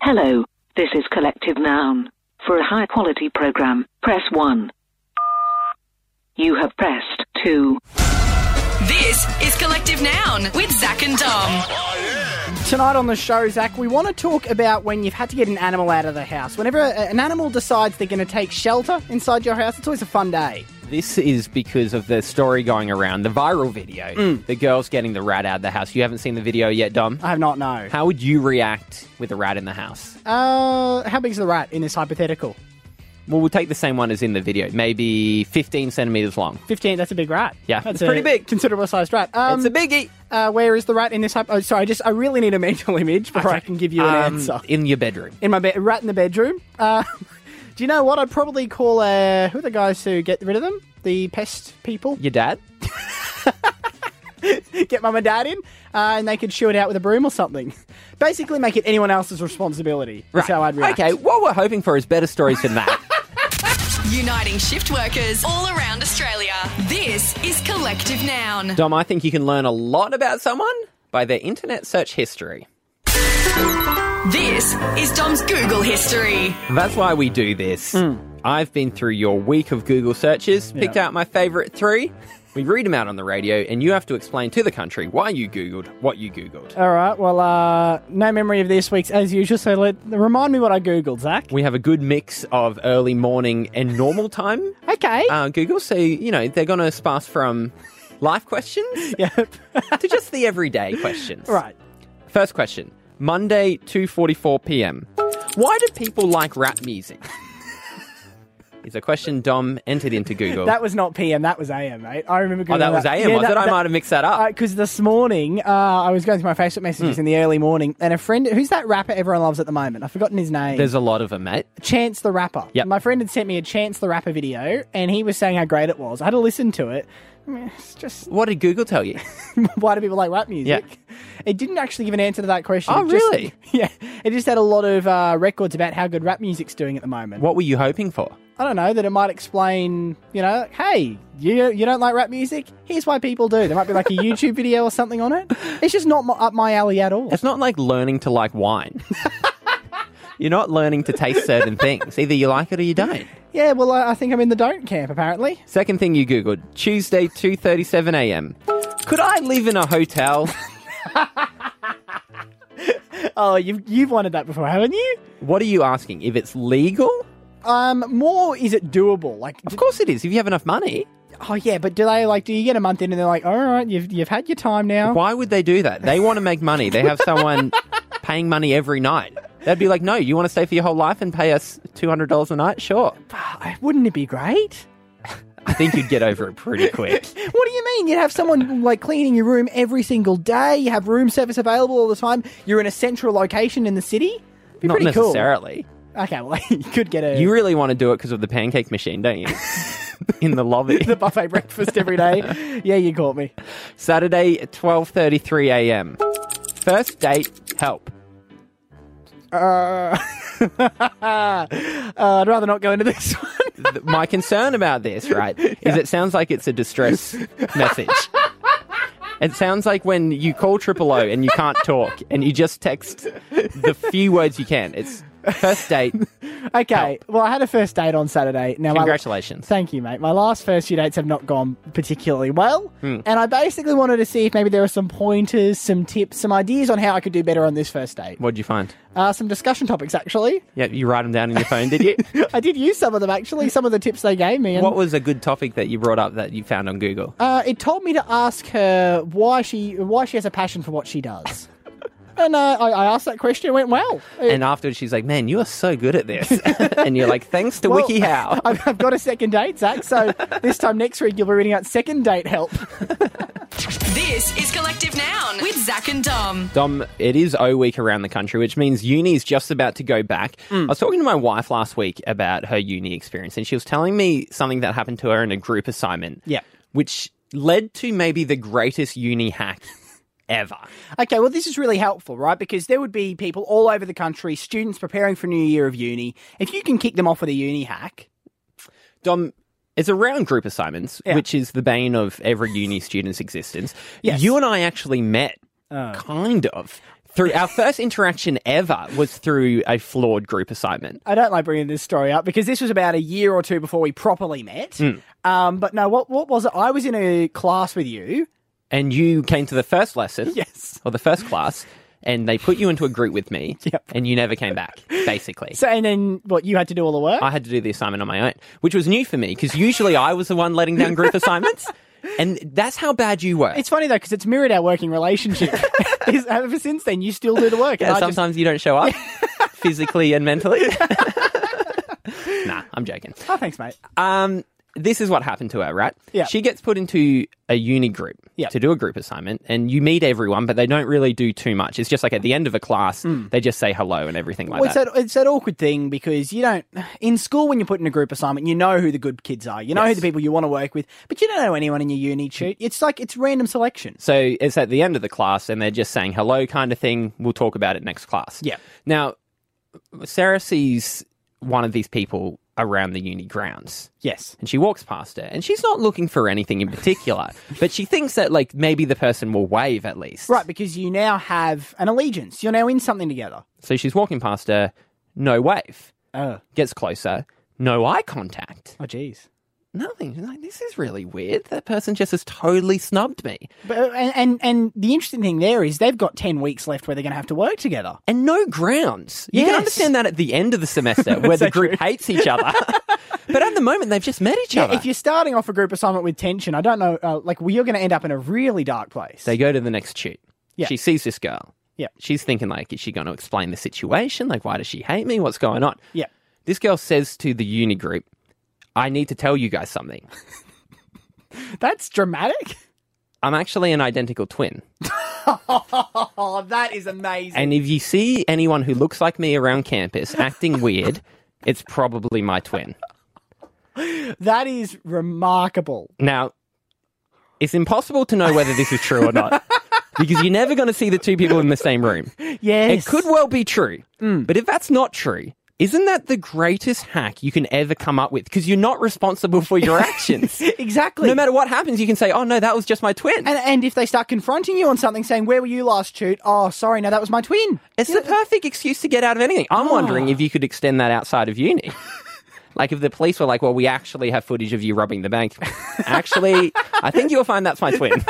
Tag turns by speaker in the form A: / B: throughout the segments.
A: Hello, this is Collective Noun. For a high quality program, press 1. You have pressed 2.
B: This is Collective Noun with Zach and Dom.
C: Tonight on the show, Zach, we want to talk about when you've had to get an animal out of the house. Whenever a- an animal decides they're going to take shelter inside your house, it's always a fun day.
D: This is because of the story going around, the viral video.
C: Mm.
D: The girl's getting the rat out of the house. You haven't seen the video yet, Dom?
C: I have not known.
D: How would you react with a rat in the house?
C: Uh, how big's the rat in this hypothetical?
D: Well, we'll take the same one as in the video, maybe 15 centimeters long.
C: 15, that's a big rat.
D: Yeah,
C: that's
D: it's pretty
C: a
D: big.
C: Considerable sized rat. Um,
D: biggie.
C: uh, where is the rat in this hypo? Oh, sorry, I just I really need a mental image before I can give you an
D: Um,
C: answer.
D: In your bedroom.
C: in my bed, rat in the bedroom. Uh, do you know what? I'd probably call uh, who are the guys who get rid of them? The pest people.
D: Your dad?
C: Get mum and dad in, uh, and they could shoo it out with a broom or something. Basically, make it anyone else's responsibility. That's how I'd react.
D: Okay, what we're hoping for is better stories than that.
B: Uniting shift workers all around Australia. This is Collective Noun.
D: Dom, I think you can learn a lot about someone by their internet search history.
B: This is Dom's Google history.
D: That's why we do this.
C: Hmm.
D: I've been through your week of Google searches, picked out my favorite three. We read them out on the radio, and you have to explain to the country why you Googled what you Googled.
C: All right. Well, uh, no memory of this week's as usual. So let, remind me what I googled, Zach.
D: We have a good mix of early morning and normal time
C: Okay.
D: uh, Google, so, you know, they're going to sparse from life questions
C: yep.
D: to just the everyday questions.
C: right.
D: First question Monday, 2.44 p.m. Why do people like rap music? It's a question Dom entered into Google.
C: That was not PM. That was AM, mate. I remember.
D: Oh,
C: Googling
D: that was AM,
C: Yeah,
D: was
C: that-
D: it? I
C: that-
D: might have mixed that up. Hmm.
C: because this morning uh, I was going through my Facebook messages in the early morning, and a friend who's that rapper everyone loves at the moment. I've forgotten his name.
D: There's a lot of them, mate.
C: Chance the Rapper.
D: Yep.
C: My friend had sent me a Chance the Rapper video, and he was saying how great it was. I had to listen to it. I mean, It's just
D: What did Google tell you?
C: why do people like rap music? It didn't actually give an answer to that question.
D: Oh,
C: It just-
D: really?
C: yeah. It just had a lot of uh, records about how good rap music's doing at the moment.
D: What were you hoping for?
C: I don't know that it might explain. You know, hey, you you don't like rap music? Here's why people do. There might be like a YouTube video or something on it. It's just not my, up my alley at all.
D: It's not like learning to like wine. You're not learning to taste certain things. Either you like it or you don't.
C: Yeah, well, I, I think I'm in the don't camp apparently.
D: Second thing you googled, Tuesday 2:37 a.m. Could I live in a hotel?
C: Oh, you've you've wanted that before, haven't you?
D: What are you asking? If it's legal?
C: Um, more is it doable? Like,
D: Of course it is. If you have enough money.
C: oh yeah, but do they like? Do you get a month in and they're like, all right, you've you've had your time now?
D: Why would they do that? They want to make money. They have someone paying money every night. They'd be like, "No, you want to stay for your whole life and pay us $200 a night? Sure."
C: Ah, Wouldn't it be great?
D: I think you'd get over it pretty quick.
C: What do you mean? You'd have someone like cleaning your room every single day. You have room service available all the time. You're in a central location in the city. Be
D: Not
C: pretty
D: necessarily.
C: Cool. Okay, well, you could get a
D: You really want to do it because of the pancake machine, don't you? In the lobby.
C: the buffet breakfast every day. yeah, you caught me.
D: Saturday, 12:33 a.m. First date, help.
C: Uh, uh, I'd rather not go into this one.
D: Th- My concern about this, right, is it sounds like it's a distress message. It sounds like when you call triple O and you can't talk and you just text the few words you can. It's first date.
C: Okay, well, I had a first date on Saturday. Now, my-
D: Congratulations.
C: Thank you, mate. My last first few dates have not gone particularly well.
D: Hmm.
C: And I basically wanted to see if maybe there were some pointers, some tips, some ideas on how I could do better on this first date.
D: What'd you find?
C: Uh, some discussion topics, actually.
D: Yeah, you write them down in your phone, did you?
C: I did use some of them, actually, some of the tips they gave me. And,
D: What was a good topic that you brought up that you found on Google?
C: uh, it told me to ask her why she why she has a passion for what she does. and uh, I, I asked that question. It went well. It-
D: And afterwards, she's like, "Man, you are so good at this," and you're like, "Thanks to
C: well,
D: WikiHow."
C: I've, I've got a second date, Zach. So this time next week, you'll be reading out second date help.
B: This is Collective Noun with Zach and Dom.
D: Dom, it is O week around the country, which means uni is just about to go back.
C: Mm.
D: I was talking to my wife last week about her uni experience, and she was telling me something that happened to her in a group assignment.
C: Yeah.
D: Which led to maybe the greatest uni hack ever.
C: Okay, well, this is really helpful, right? Because there would be people all over the country, students preparing for a new year of uni. If you can kick them off with a uni hack,
D: Dom, it's around group assignments,
C: Yeah.
D: which is the bane of every uni student's existence.
C: Yes.
D: You and I actually met,
C: Oh.
D: kind of, through our first interaction ever was through a flawed group assignment.
C: I don't like bringing this story up because this was about a year or two before we properly met.
D: Hmm.
C: Um, but no, what what was it? I was in a class with you.
D: And you came to the first lesson,
C: Yes.
D: or the first class, and they put you into a group with me,
C: Yep.
D: and you never came back, basically.
C: So and then what you had to do all the work.
D: I had to do the assignment on my own, which was new for me because usually I was the one letting down group assignments. And that's how bad you were.
C: it's funny though because it's mirrored our working relationship. Is- Ever since then, you still do the work. and
D: Yeah,
C: I just-
D: sometimes you don't show up physically and mentally. nah, I'm joking.
C: oh, thanks, mate.
D: Um, this is what happened to her, right?
C: Yeah.
D: She gets put into a uni group
C: Yeah.
D: to do a group assignment, and you meet everyone, but they don't really do too much. It's just like at the end of a class, they just say hello and everything like
C: Well, it's
D: that.
C: that it's that awkward thing because you don't in school when you're put in a group assignment, you know who the good kids are, you know who the people you want to work with, but you don't know anyone in your uni shoot. It's like it's random selection.
D: So it's at the end of the class, and they're just saying hello, kind of thing. We'll talk about it next class.
C: Yeah.
D: Now, Sarah sees one of these people around the uni grounds.
C: Yes.
D: and she walks past her and she's not looking for anything in particular but she thinks that like maybe the person will wave at least
C: Right, because you now have an allegiance. You're now in something together.
D: so she's walking past her no wave
C: Oh,
D: gets closer no eye contact
C: oh, jeez.
D: nothing She's like this is really weird that person just has totally snubbed me
C: But uh, and, and and the interesting thing there is they've got ten weeks left where they're going to have to work together.
D: and no grounds you can
C: Yes.
D: understand that at the end of the semester where the group hates each other but at the moment they've just met each other
C: If you're starting off a group assignment with tension, I don't know, uh, like well, you're going to end up in a really dark place.
D: They go to the next shoot.
C: Yeah.
D: She sees this girl.
C: Yeah.
D: She's thinking like, is she going to explain the situation? Like, why does she hate me? What's going on?
C: Yeah.
D: This girl says to the uni group, "I need to tell you guys something.
C: That's dramatic.
D: I'm actually an identical twin,
C: Oh, that is amazing.
D: and if you see anyone who looks like me around campus acting weird." It's probably my twin.
C: that is remarkable.
D: Now, it's impossible to know whether this is true or not because you're never going to see the two people in the same room.
C: Yes.
D: It could well be true. But if that's not true, isn't that the greatest hack you can ever come up with? Because you're not responsible for your actions.
C: Exactly.
D: no matter what happens, you can say, oh, no, that was just my twin.
C: and, and if they start confronting you on something, saying, Where were you last shoot? Oh, sorry, no, that was my twin.
D: it's the perfect excuse to get out of anything. I'm wondering if you could extend that outside of uni. like if the police were like, well, we actually have footage of you robbing the bank. actually, I think you'll find that's my twin.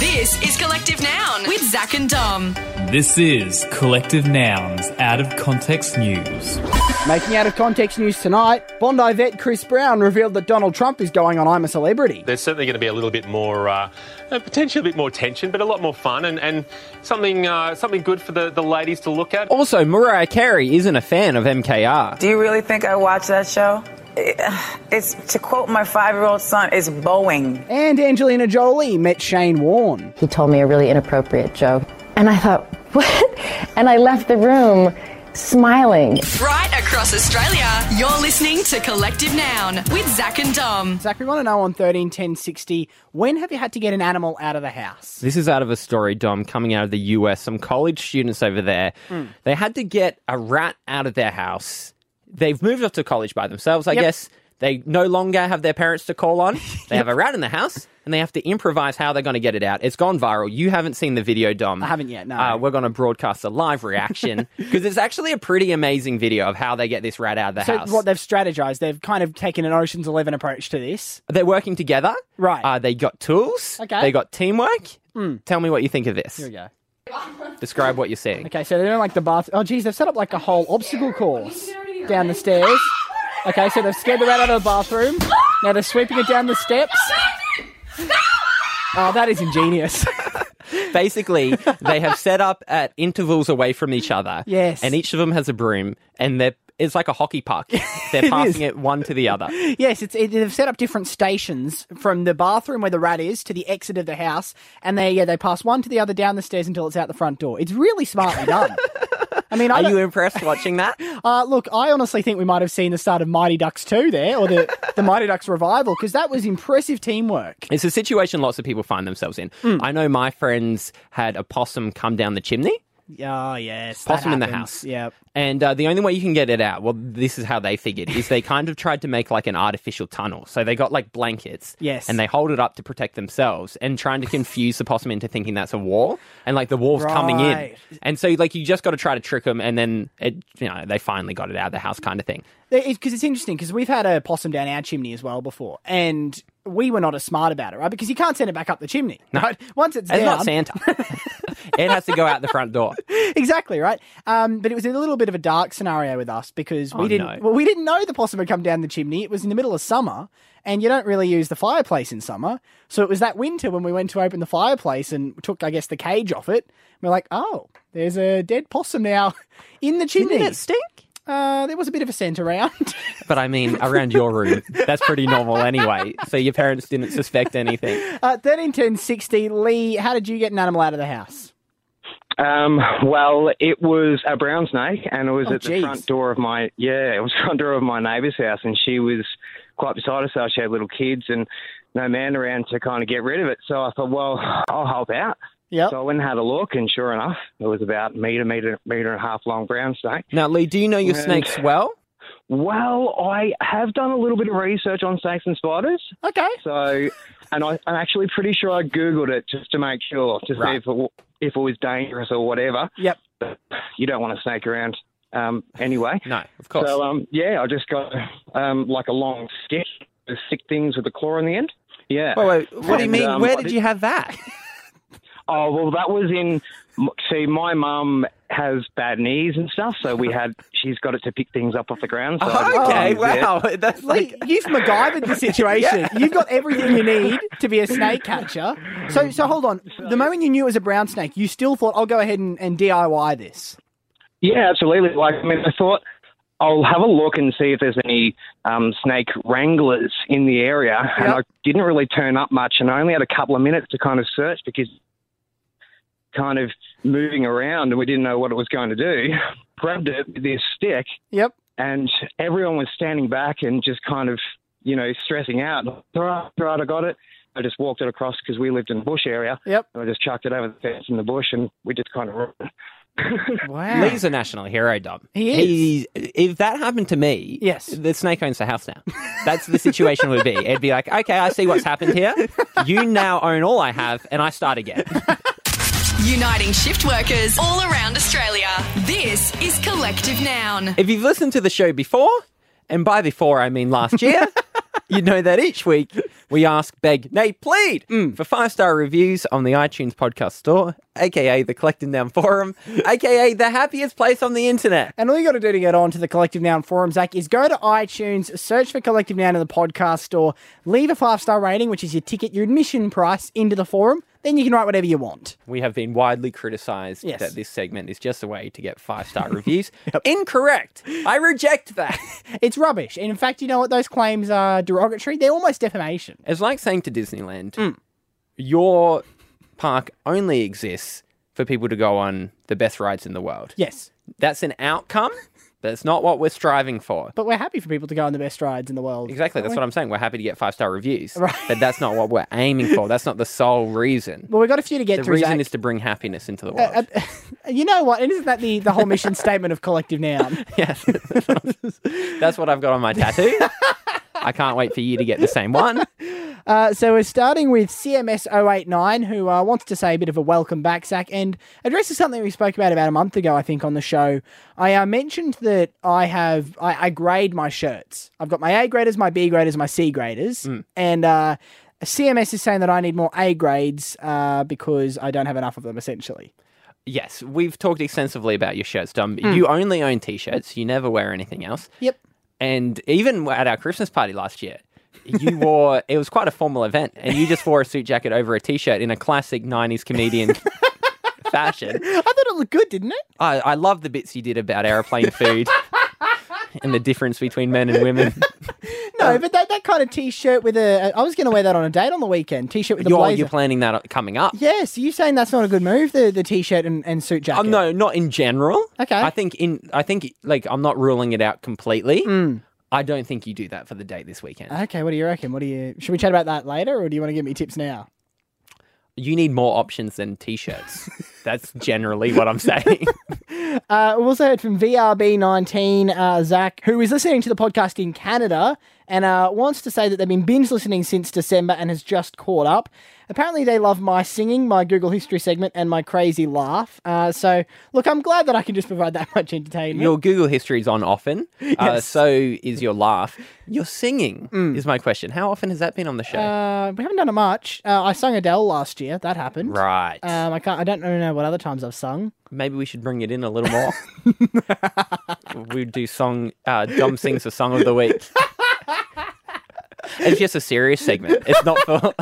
B: This is Collective Noun with Zach and Dom.
E: This is Collective Nouns Out of Context News.
C: Making out of context news tonight, Bondi vet Chris Brown revealed that Donald Trump is going on I'm a Celebrity.
F: There's certainly going to be a little bit more, uh, uh, potentially a bit more tension, but a lot more fun and, and something uh, something good for the, the ladies to look at.
D: also, Mariah Carey isn't a fan of MKR.
G: Do you really think I watch that show? It's to quote my five-year-old son, it's Boeing.
C: And Angelina Jolie met Shane Warne.
H: He told me a really inappropriate joke. And I thought, what? And I left the room smiling.
B: Right across Australia, you're listening to Collective Noun with Zach and Dom.
C: Zach, we want to know on 13 10 60, when have you had to get an animal out of the house?
D: This is out of a story, Dom, coming out of the US. Some college students over there,
C: Hmm.
D: they had to get a rat out of their house. They've moved off to college by themselves, I
C: Yep.
D: guess. They no longer have their parents to call on. They have a rat in the house and they have to improvise how they're going to get it out. It's gone viral. You haven't seen the video, Dom. I
C: haven't yet, no.
D: Uh, we're going to broadcast a live reaction because it's actually a pretty amazing video of how they get this rat out of the
C: So,
D: house.
C: what they've strategized, they've kind of taken an Ocean's Eleven approach to this.
D: They're working together.
C: Right.
D: Uh, they got tools.
C: Okay. Hmm.
D: They got teamwork. Tell me what you think of this.
C: go.
D: Describe what you're seeing.
C: Okay, so they don't like the bath. Oh, geez, they've set up like a whole obstacle course down the stairs. Okay, so they've scared the rat out of the bathroom. Now they're sweeping it down the steps. Oh, that is ingenious.
D: basically they have set up at intervals away from each other.
C: Yes.
D: And each of them has a broom and they're it's like a hockey puck. They're passing it one to the other.
C: yes, it's it, they've set up different stations from the bathroom where the rat is to the exit of the house, and they yeah they pass one to the other down the stairs until it's out the front door. It's really smartly done. I mean, I
D: Are
C: don't-
D: you impressed watching that?
C: Uh, look, I honestly think we might have seen the start of Mighty Ducks 2 there, or the, the Mighty Ducks revival, because that was impressive teamwork.
D: It's a situation lots of people find themselves in. I know my friends had a possum come down the chimney.
C: Oh, yes. that
D: Possum in the
C: happens.
D: house.
C: Yep.
D: And uh, the only way you can get it out, well, this is how they figured, is they kind of tried to make like an artificial tunnel. So they got like blankets.
C: Yes.
D: And they hold it up to protect themselves and trying to confuse the possum into thinking that's a wall and like the wall's coming in.
C: Right.
D: And so like you just got to try to trick them and then it, you know, they finally got it out of the house kind of thing.
C: because it's interesting because we've had a possum down our chimney as well before, and we were not as smart about it, right? Because you can't send it back up the chimney. Right? Once it's
D: It's
C: down,
D: not Santa. it has to go out the front door.
C: exactly right. Um, but it was a little bit of a dark scenario with us because we
D: Oh,
C: didn't.
D: no.
C: Well, we didn't know the possum had come down the chimney. It was in the middle of summer, and you don't really use the fireplace in summer. So it was that winter when we went to open the fireplace and took, I guess, the cage off it. We're like, oh, there's a dead possum now in the chimney.
D: Didn't it stink?
C: Uh, there was a bit of a scent around.
D: But I mean, around your room, that's pretty normal anyway. So your parents didn't suspect anything.
C: uh, thirteen ten sixty. Lee, how did you get an animal out of the house?
I: Um, well, it was a brown snake, and it was
C: Oh,
I: at the
C: jeez.
I: front door of my yeah, it was front door of my neighbour's house, and she was quite beside herself. She had little kids and no man around to kind of get rid of it. So I thought, well, I'll help out.
C: Yep.
I: So I went and had a look, and sure enough, it was about meter, meter, meter and a half long brown snake.
D: Now, Lee, do you know your
I: And-
D: snakes well?
I: Well, I have done a little bit of research on snakes and spiders,
C: Okay.
I: so and I, I'm actually pretty sure I googled it just to make sure to see
D: Right.
I: if it, w- if it was dangerous or whatever.
C: Yep.
I: you don't want to snake around um, anyway.
D: No, of course.
I: So um, yeah, I just got um, like a long stick, with stick things with a claw in the end. Yeah.
D: Wait, wait, what do you
I: And,
D: mean?
I: um,
D: Where
I: I
D: did
I: did-
D: you have that?
I: Oh well, that was in. See, my mum has bad knees and stuff, so we had. She's got it to pick things up off the ground. So I just
D: okay,
I: used it.
D: Oh, wow. That's
C: Lee,
D: like.
C: you've MacGyvered the situation. You've got everything you need to be a snake catcher. So, so hold on. The moment you knew it was a brown snake, you still thought, "I'll go ahead and, and DIY this."
I: Yeah, absolutely. Like I mean, I thought I'll have a look and see if there's any um, snake wranglers in the area, and
C: Yep.
I: I didn't really turn up much, and I only had a couple of minutes to kind of search because kind of moving around and we didn't know what it was going to do. Grabbed it with this stick,
C: Yep.
I: and everyone was standing back and just kind of, you know, stressing out. All right, all right, I got it. I just walked it across because we lived in a bush area.
C: Yep.
I: And I just chucked it over the fence in the bush, and we just kind of.
C: Wow.
D: Lee's a national hero, Dom.
C: He
D: He's, if that happened to me,
C: Yes.
D: the snake owns the house now. That's the situation would be. It'd be like, okay, I see what's happened here. You now own all I have, and I start again.
B: Uniting shift workers all around Australia. This is Collective Noun.
D: If you've listened to the show before, and by before I mean last year, you know that each week we ask, beg, nay, plead for five star reviews on the iTunes podcast store, aka the Collecting Down Forum, aka the happiest place on the internet.
C: And all you got to do to get on to the Collective Noun forum, Zach, is go to iTunes, search for Collective Noun in the podcast store, leave a five star rating, which is your ticket, your admission price, into the forum. Then you can write whatever you want.
D: We have been widely criticized
C: Yes.
D: that this segment is just a way to get five star reviews. Incorrect. I reject that.
C: It's rubbish. And in fact, you know what? Those claims are derogatory. They're almost defamation.
D: It's like saying to Disneyland, your park only exists for people to go on the best rides in the world.
C: Yes.
D: That's an outcome. That's not what we're striving for.
C: But we're happy for people to go on the best rides in the world.
D: Exactly. That's what I'm saying. We're happy to get five star reviews,
C: Right.
D: but that's not what we're aiming for. That's not the sole reason.
C: Well, we've got a few to get
D: The
C: through.
D: reason
C: Zach. Uh,
D: is to bring happiness into the world.
C: You know what? And isn't that the, the whole mission statement of Collective Noun?
D: yes. that's what I've got on my tattoo. I can't wait for you to get the same one.
C: Uh, so we're starting with CMS089, who uh, wants to say a bit of a welcome back, Zach, and addresses something we spoke about about a month ago, I think, on the show. I uh, mentioned that I have I, I grade my shirts. I've got my A graders, my B graders, my C graders, and uh, CMS is saying that I need more A grades uh, because I don't have enough of them, essentially.
D: Yes, we've talked extensively about your shirts, Dom.
C: Hmm.
D: You only own t shirts, you never wear anything else.
C: Yep.
D: And even at our Christmas party last year, you wore it was quite a formal event, and you just wore a suit jacket over a t-shirt in a classic '90s comedian fashion.
C: I thought it looked good, didn't it?
D: I, I love the bits you did about airplane food and the difference between men and women.
C: No, but that, that kind of t-shirt with a... I was going to wear that on a date on the weekend. T-shirt with a
D: You're,
C: blazer.
D: you're planning that coming up.
C: Yes, are you saying that's not a good move? The the t-shirt and, and suit jacket.
D: Um, no, not in general.
C: Okay.
D: I think in I think like I'm not ruling it out completely.
C: Hmm.
D: I don't think you do that for the date this weekend.
C: Okay, what do you reckon? What do you? Should we chat about that later, or do you want to give me tips now?
D: you need more options than t-shirts. That's generally what I'm saying.
C: Uh, we also heard from VRB19, uh, Zach, who is listening to the podcast in Canada and uh, wants to say that they've been binge listening since December and has just caught up. Apparently, they love my singing, my Google History segment, and my crazy laugh. Uh, so, look, I'm glad that I can just provide that much entertainment.
D: your Google history's on often. Uh,
C: Yes. Mm.
D: so is your laugh. Your singing is my question. How often has that been on the show?
C: Uh, we haven't done it much. Uh, I sung Adele last year. That happened.
D: right.
C: Um, I can't. I don't really know what other times I've sung.
D: Maybe we should bring it in a little more. We'd do song. Uh, Dom sings the song of the week. it's just a serious segment. It's not for.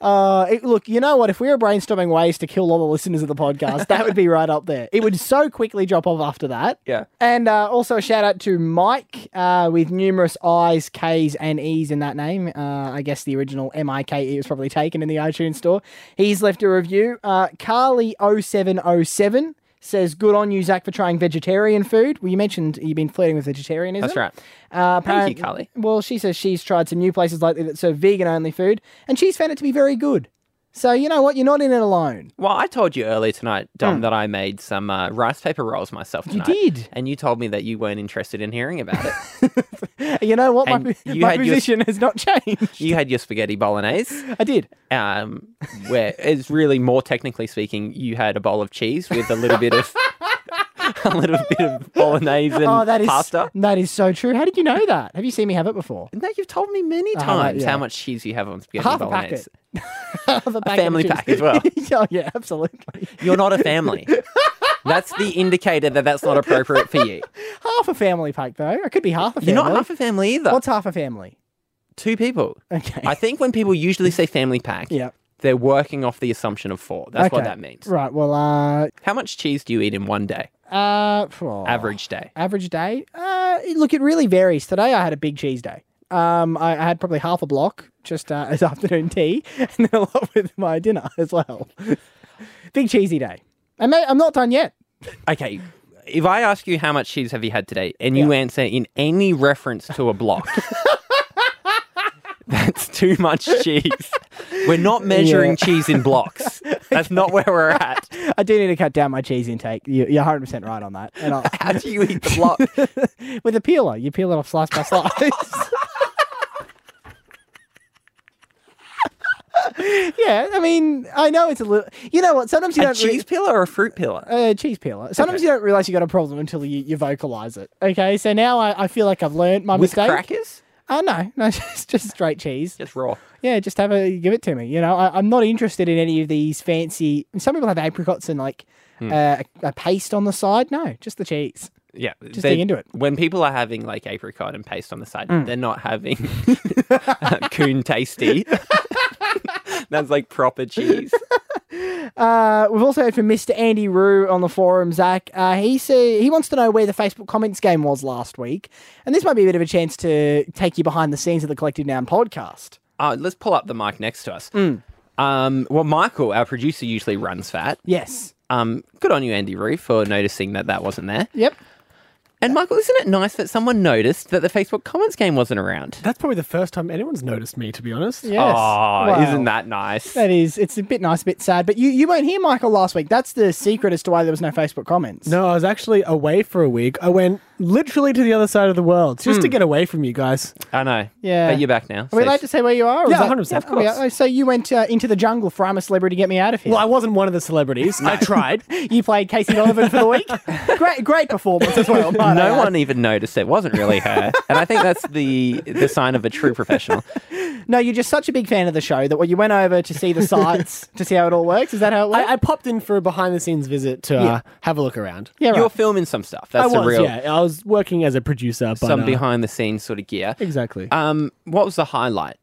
C: Uh, it- look, you know what? If we were brainstorming ways to kill all the listeners of the podcast, that would be right up there. It would so quickly drop off after that.
D: Yeah.
C: And uh, also a shout out to Mike uh, with numerous I's, K's, and E's in that name. Uh, I guess the original M I K E was probably taken in the iTunes store. He's left a review. Uh, Carly0707 says, Good on you, Zach, for trying vegetarian food. Well, you mentioned you've been flirting with vegetarianism.
D: That's right.
C: Uh,
D: Thank
C: apparent-
D: you, Carly.
C: Well, she says she's tried some new places lately that serve vegan only food, and she's found it to be very good. So, you know what? You're not in it alone.
D: Well, I told you earlier tonight, Dom, that I made some uh, rice paper rolls myself tonight.
C: Mm. did.
D: And you told me that you weren't interested in hearing about it.
C: You know what? My,
D: And
C: po-
D: you
C: my
D: had your-
C: position has not changed.
D: you had your spaghetti bolognese.
C: I did.
D: um, where it's really more technically speaking, you had a bowl of cheese with a little bit of a little bit of bolognese and
C: Oh, that is
D: pasta.
C: that is so true. How did you know that? Have you seen me have it before?
D: No, you've told me many
C: right,
D: times
C: Uh-huh, yeah.
D: how much cheese you have on spaghetti
C: Half a
D: bolognese.
C: packet. Half a packet of
D: family
C: chips.
D: pack as well.
C: oh yeah, absolutely.
D: You're not a family. that's the indicator that that's not appropriate for you.
C: Half a family pack though. It could be half a family.
D: You're not half a family either.
C: What's half a family?
D: two people?
C: Okay.
D: I think when people usually say family pack,
C: Yeah.
D: they're working off the assumption of four. That's what
C: Okay.
D: that means.
C: Right. Well, uh,
D: How much cheese do you eat in one day?
C: uh, phew.
D: Average day.
C: average day. Uh, it- look, it really varies. Today I had a big cheese day. Um, I, I had probably half a block just uh, as afternoon tea, and then a lot with my dinner as well. big cheesy day. I may, I'm not done yet.
D: Okay. If I ask you how much cheese have you had today, and you answer in any reference to a block, that's too much cheese. We're not measuring cheese in blocks. That's not where we're at.
C: I do need to cut down my cheese intake. You, you're 100 percent right on that. And I'll,
D: How do you eat the block?
C: with a peeler. You peel it off slice by slice. yeah, I mean, I know it's a little. You know what? Sometimes you
D: A
C: don't. re-
D: cheese peeler or a fruit peeler?
C: uh, cheese peeler. Sometimes you don't realize you got a problem until you, you vocalize it. Okay, so now I, I feel like I've learned my
D: With
C: mistake.
D: crackers?
C: Oh no, no, just just straight cheese.
D: Just raw.
C: Yeah, just have a give it to me. You know, I, I'm not interested in any of these fancy. Some people have apricots and like
D: Hmm.
C: uh, a, a paste on the side. No, just the cheese.
D: Yeah.
C: Just
D: they-
C: dig into it.
D: When people are having like apricot and paste on the side, they're not having coon tasty. That's like proper cheese.
C: Uh, we've also heard from Mr. Andy Rue on the forum, Zach. Uh, he say, he wants to know where the Facebook comments game was last week. And this might be a bit of a chance to take you behind the scenes of the Collective Noun podcast.
D: Uh, let's pull up the mic next to us.
C: Mm.
D: Um, well, Michael, our producer, usually runs fat.
C: Yes.
D: Um, good on you, Andy Roo, for noticing that that wasn't there.
C: Yep.
D: And Michael, isn't it nice that someone noticed that the Facebook comments game wasn't around?
J: That's probably the first time anyone's noticed me, to be honest.
C: Yes.
D: Oh,
C: Wow.
D: isn't that nice?
C: That is. It's a bit nice, a bit sad. But you, you weren't here, Michael, last week. That's the secret as to why there was no Facebook comments.
J: No, I was actually away for a week. I went literally to the other side of the world just
D: Hmm.
J: to get away from you guys.
D: I know.
C: Yeah.
D: But you're back now.
C: Are we
D: so-
C: allowed to say where you are? or
J: Yeah,
C: is that-
J: 100%, of
C: Oh, yeah.
J: course.
C: So you went uh, into the jungle for I'm a celebrity, get me out of here.
J: Well, I wasn't one of the celebrities. I tried.
C: you played Casey Donovan for the week. great, great performance as well. might I
D: no
C: add.
D: one even noticed it wasn't really her. and I think that's the the sign of a true professional.
C: No, you're just such a big fan of the show that when you went over to see the sites to see how it all works, is that how it works?
J: I, I popped in for a behind the scenes visit to uh, have a look around.
C: yeah,
D: You're
C: right.
D: filming some stuff.
J: I
D: That's the
J: was,
D: real
J: yeah. I was working as a producer, but
D: some
J: uh,
D: behind the scenes sort of gear.
J: exactly.
D: Um, what was the highlight?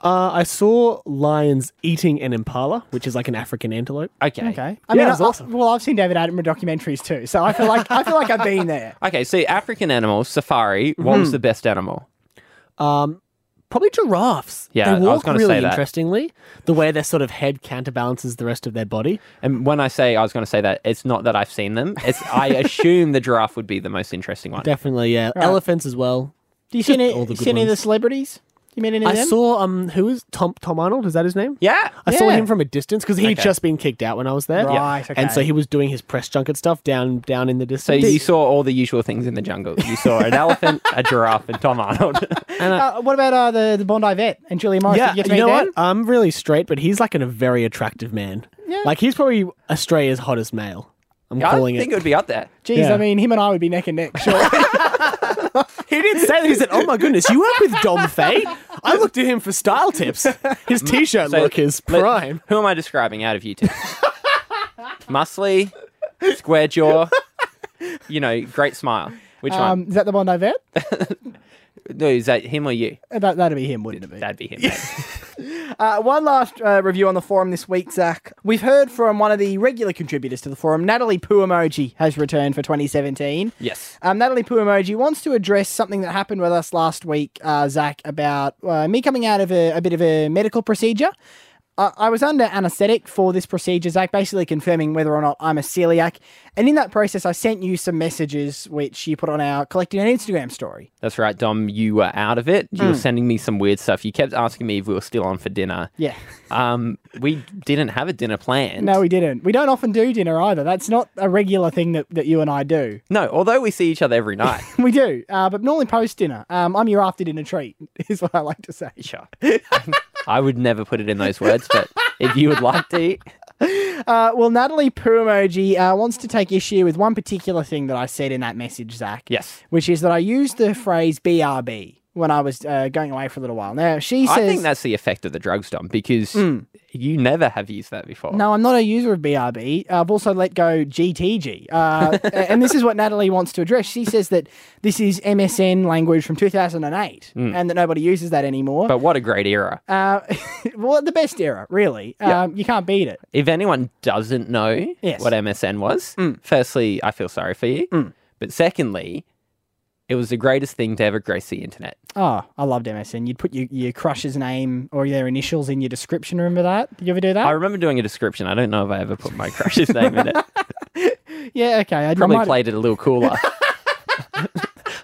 J: Uh, I saw lions eating an impala, which is like an African antelope.
D: Okay.
C: Okay.
J: Yeah, it
C: I,
J: was awesome.
C: well, I've seen David Attenborough documentaries too, so I feel like I feel like I've been there.
D: Okay, so African animals, safari, what
J: Hmm.
D: was the best animal?
J: Probably giraffes.
D: Yeah, I
J: they
D: was
J: walk
D: gonna
J: really
D: say that.
J: interestingly. The way their sort of head counterbalances the rest of their body.
D: And when I say I was going to say that, it's not that I've seen them. It's I assume the giraffe would be the most interesting one.
J: Definitely, yeah. Elephants as well.
C: Do you see any,
J: all the good
C: see any of the
J: ones.
C: celebrities? You mean any of
J: I
C: them?
J: saw um who is Tom Tom Arnold? Is that his name?
D: Yeah.
J: I saw
C: Yeah.
J: him from a distance because he'd
D: Okay.
J: just been kicked out when I was there.
C: Right,
J: And so
C: okay.
J: he was doing his press junket stuff down down in the
D: So
J: distance.
D: you saw all the usual things in the jungle. You saw an elephant, a giraffe, and Tom Arnold. and uh,
C: Uh, what about uh, the the Bondi vet and Julia Morris?
J: yeah,
C: Did you get to
J: you
C: meet
J: know
C: them?
J: what? I'm really straight, but he's like an, a very attractive man. Yeah. Like he's probably Australia's hottest male. I'm
D: I
J: calling
D: think it.
J: it.
D: would be up there.
C: Geez,
J: Yeah.
C: I mean, him and I would be neck and neck. Sure.
J: He did say that. He said, "Oh my goodness, you work with Dom Faye." I looked at him for style tips. His t-shirt
D: So,
J: look is
D: let-
J: prime.
D: who am I describing out of you two? Muscly, square jaw, you know, great smile. Which
C: um,
D: one?
C: is that the Bondi vet?
D: No, is that him or you?
C: Uh, That, that'd be him, wouldn't it be?
D: That'd be him. mate.
C: Uh, one last uh, review on the forum this week, Zach. We've heard from one of the regular contributors to the forum, Natalie Puemoji, has returned for 2017.
D: Yes.
C: Um, Natalie Puemoji wants to address something that happened with us last week, uh, Zach, about uh, me coming out of a, a bit of a medical procedure. I I was under anaesthetic for this procedure, Zach, basically confirming whether or not I'm a celiac. And in that process, I sent you some messages which you put on our collecting an Instagram story.
D: That's right, Dom. You were out of it. You
C: Hmm.
D: were sending me some weird stuff. You kept asking me if we were still on for dinner.
C: Yeah.
D: Um, we didn't have a dinner planned.
C: No, we didn't. We don't often do dinner either. That's not a regular thing that, that you and I do.
D: No, although we see each other every night.
C: We do, uh, but normally post dinner. Um, I'm your after dinner treat, is what I like to say.
D: Sure. I would never put it in those words, but if you would like to eat,
C: Uh, well, Natalie Purumoji uh, wants to take issue with one particular thing that I said in that message, Zach.
D: yes.
C: Which is that I used the phrase BRB when I was uh, going away for a little while. Now, she says. Hmm.
D: I think that's the effect of the drugs, Dom, because you never have used that before.
C: No, I'm not a user of BRB. I've also let go GTG. Uh, a- and this is what Natalie wants to address. She says that this is MSN language from 2008 and that nobody uses that anymore.
D: Hmm. But what a great era.
C: uh, well, the best era, really. Um, you can't beat it.
D: If anyone doesn't know
C: Yes. Mm.
D: what MSN was, firstly, I feel sorry for you. But secondly, it was the greatest thing to ever grace the internet.
C: Oh, I loved MSN. You'd put your, your crush's name or their initials in your description. Remember that? Did you ever do that?
D: I remember doing a description. I don't know if I ever put my crush's name in it.
C: yeah, okay. I
D: Probably
C: might-
D: played it a little cooler.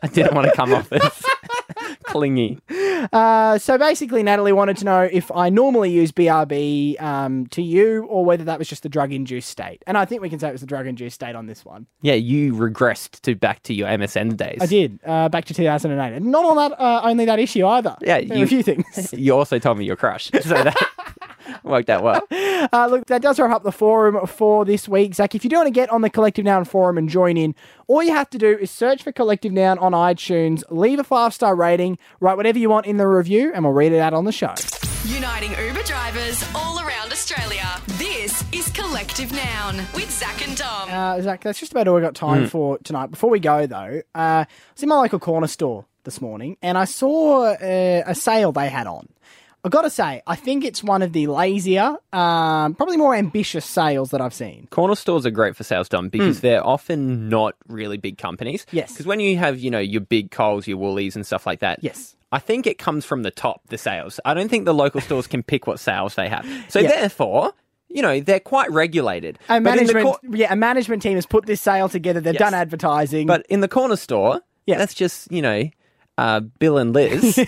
D: I didn't want to come off as clingy.
C: Uh, so basically, Natalie wanted to know if I normally use BRB um, to you or whether that was just the drug induced state. And I think we can say it was the drug induced state on this one.
D: Yeah, you regressed to back to your MSN days.
C: I did, uh, back to 2008. And not on that, uh, only that issue either.
D: Yeah,
C: There were
D: you-
C: a few things.
D: You also told me your crush, so that worked out well.
C: Uh, look, that does wrap up the forum for this week. Zach, if you do want to get on the Collective Noun forum and join in, all you have to do is search for Collective Noun on iTunes, leave a five star rating, write whatever you want in the review, and we'll read it out on the show.
B: Uniting Uber drivers all around Australia. This is Collective Noun with Zach and Dom.
C: Uh, Zach, that's just about all we got
D: Mm.
C: time for tonight. Before we go, though, uh, I was in my local corner store this morning and I saw uh, a sale they had on. I've got to say, I think it's one of the lazier, um, probably more ambitious sales that I've seen.
D: Corner stores are great for sales, Dom, because they're often not really big companies.
C: Hmm. Yes.
D: Because when you have, you know, your big Coles, your Woolies, and stuff like that.
C: Yes.
D: I think it comes from the top, the sales. I don't think the local stores can pick what sales they have. So
C: Yeah.
D: therefore, you know, they're quite regulated.
C: A
D: But in the
C: management,
D: cor-
C: yeah, a management team has put this sale together. They've
D: Yes.
C: done advertising.
D: But in the corner store,
C: Yes.
D: that's just, you know, uh, Bill and Liz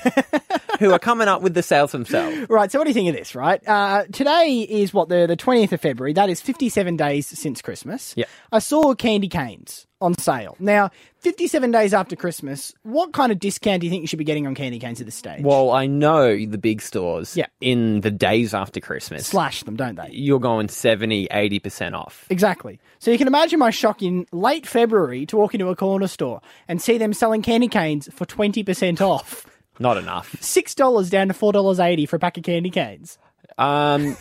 D: who are coming up with the sales themselves.
C: right, so what do you think of this? Right, uh, today is what the the twentieth of February. That is fifty seven days since Christmas.
D: Yeah.
C: I saw candy canes on sale. Now, fifty seven days after Christmas, what kind of discount do you think you should be getting on candy canes at this stage?
D: Well, I know the big stores
C: Yeah.
D: in the days after Christmas,
C: slash them, don't they?
D: you're going 70, 80% off.
C: Exactly. So you can imagine my shock in late February to walk into a corner store and see them selling candy canes for twenty percent off.
D: Not enough.
C: Six dollars down to four dollars eighty for a pack of candy canes.
D: Um,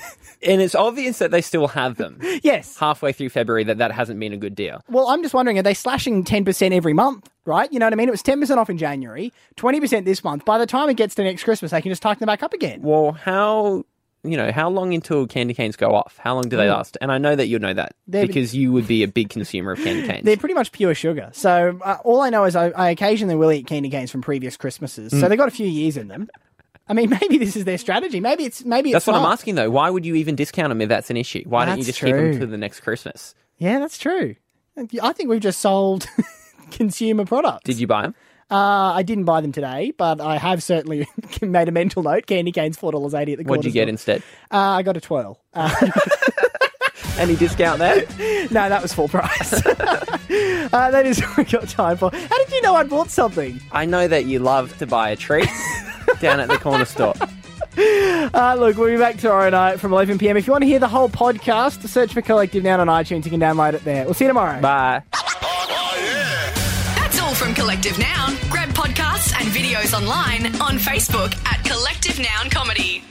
D: and it's obvious that they still have them
C: Yes.
D: halfway through February that that hasn't been a good deal.
C: Well, I'm just wondering, are they slashing 10% every month, right? You know what I mean? It was 10% off in January, 20% this month. By the time it gets to next Christmas, they can just tighten them back up again.
D: Well, how. You know, how long until candy canes go off? How long do
C: Mm.
D: they last? And I know that you'll know that
C: They're-
D: because you would be a big consumer of candy canes.
C: They're pretty much pure sugar. So uh, all I know is I, I occasionally will eat candy canes from previous Christmases.
D: Mm.
C: So they've got a few years in them. I mean, maybe this is their strategy. Maybe it's maybe it's
D: That's what I'm
C: not.
D: asking though. Why would you even discount them if that's an issue? Why don't you
C: That's
D: just keep them
C: true.
D: to the next Christmas?
C: Yeah, that's true. I think we've just sold consumer products.
D: Did you buy them?
C: Uh, I didn't buy them today, but I have certainly made a mental note. Candy canes four dollars eighty at the.
D: What'd you
C: corner
D: get
C: store.
D: instead?
C: Uh, I got a twirl. Uh,
D: Any discount there?
C: no, that was full price. uh, that is what we got time for. How did you know I bought something?
D: I know that you love to buy a treat down at the corner store.
C: Uh, look, we'll be back tomorrow night from 11 p.m. If you want to hear the whole podcast, search for Collective Noun on iTunes. You can download it there. We'll see you tomorrow.
D: Bye.
B: That's all from Collective Noun. Grab podcasts and videos online on Facebook at Collective Noun Comedy.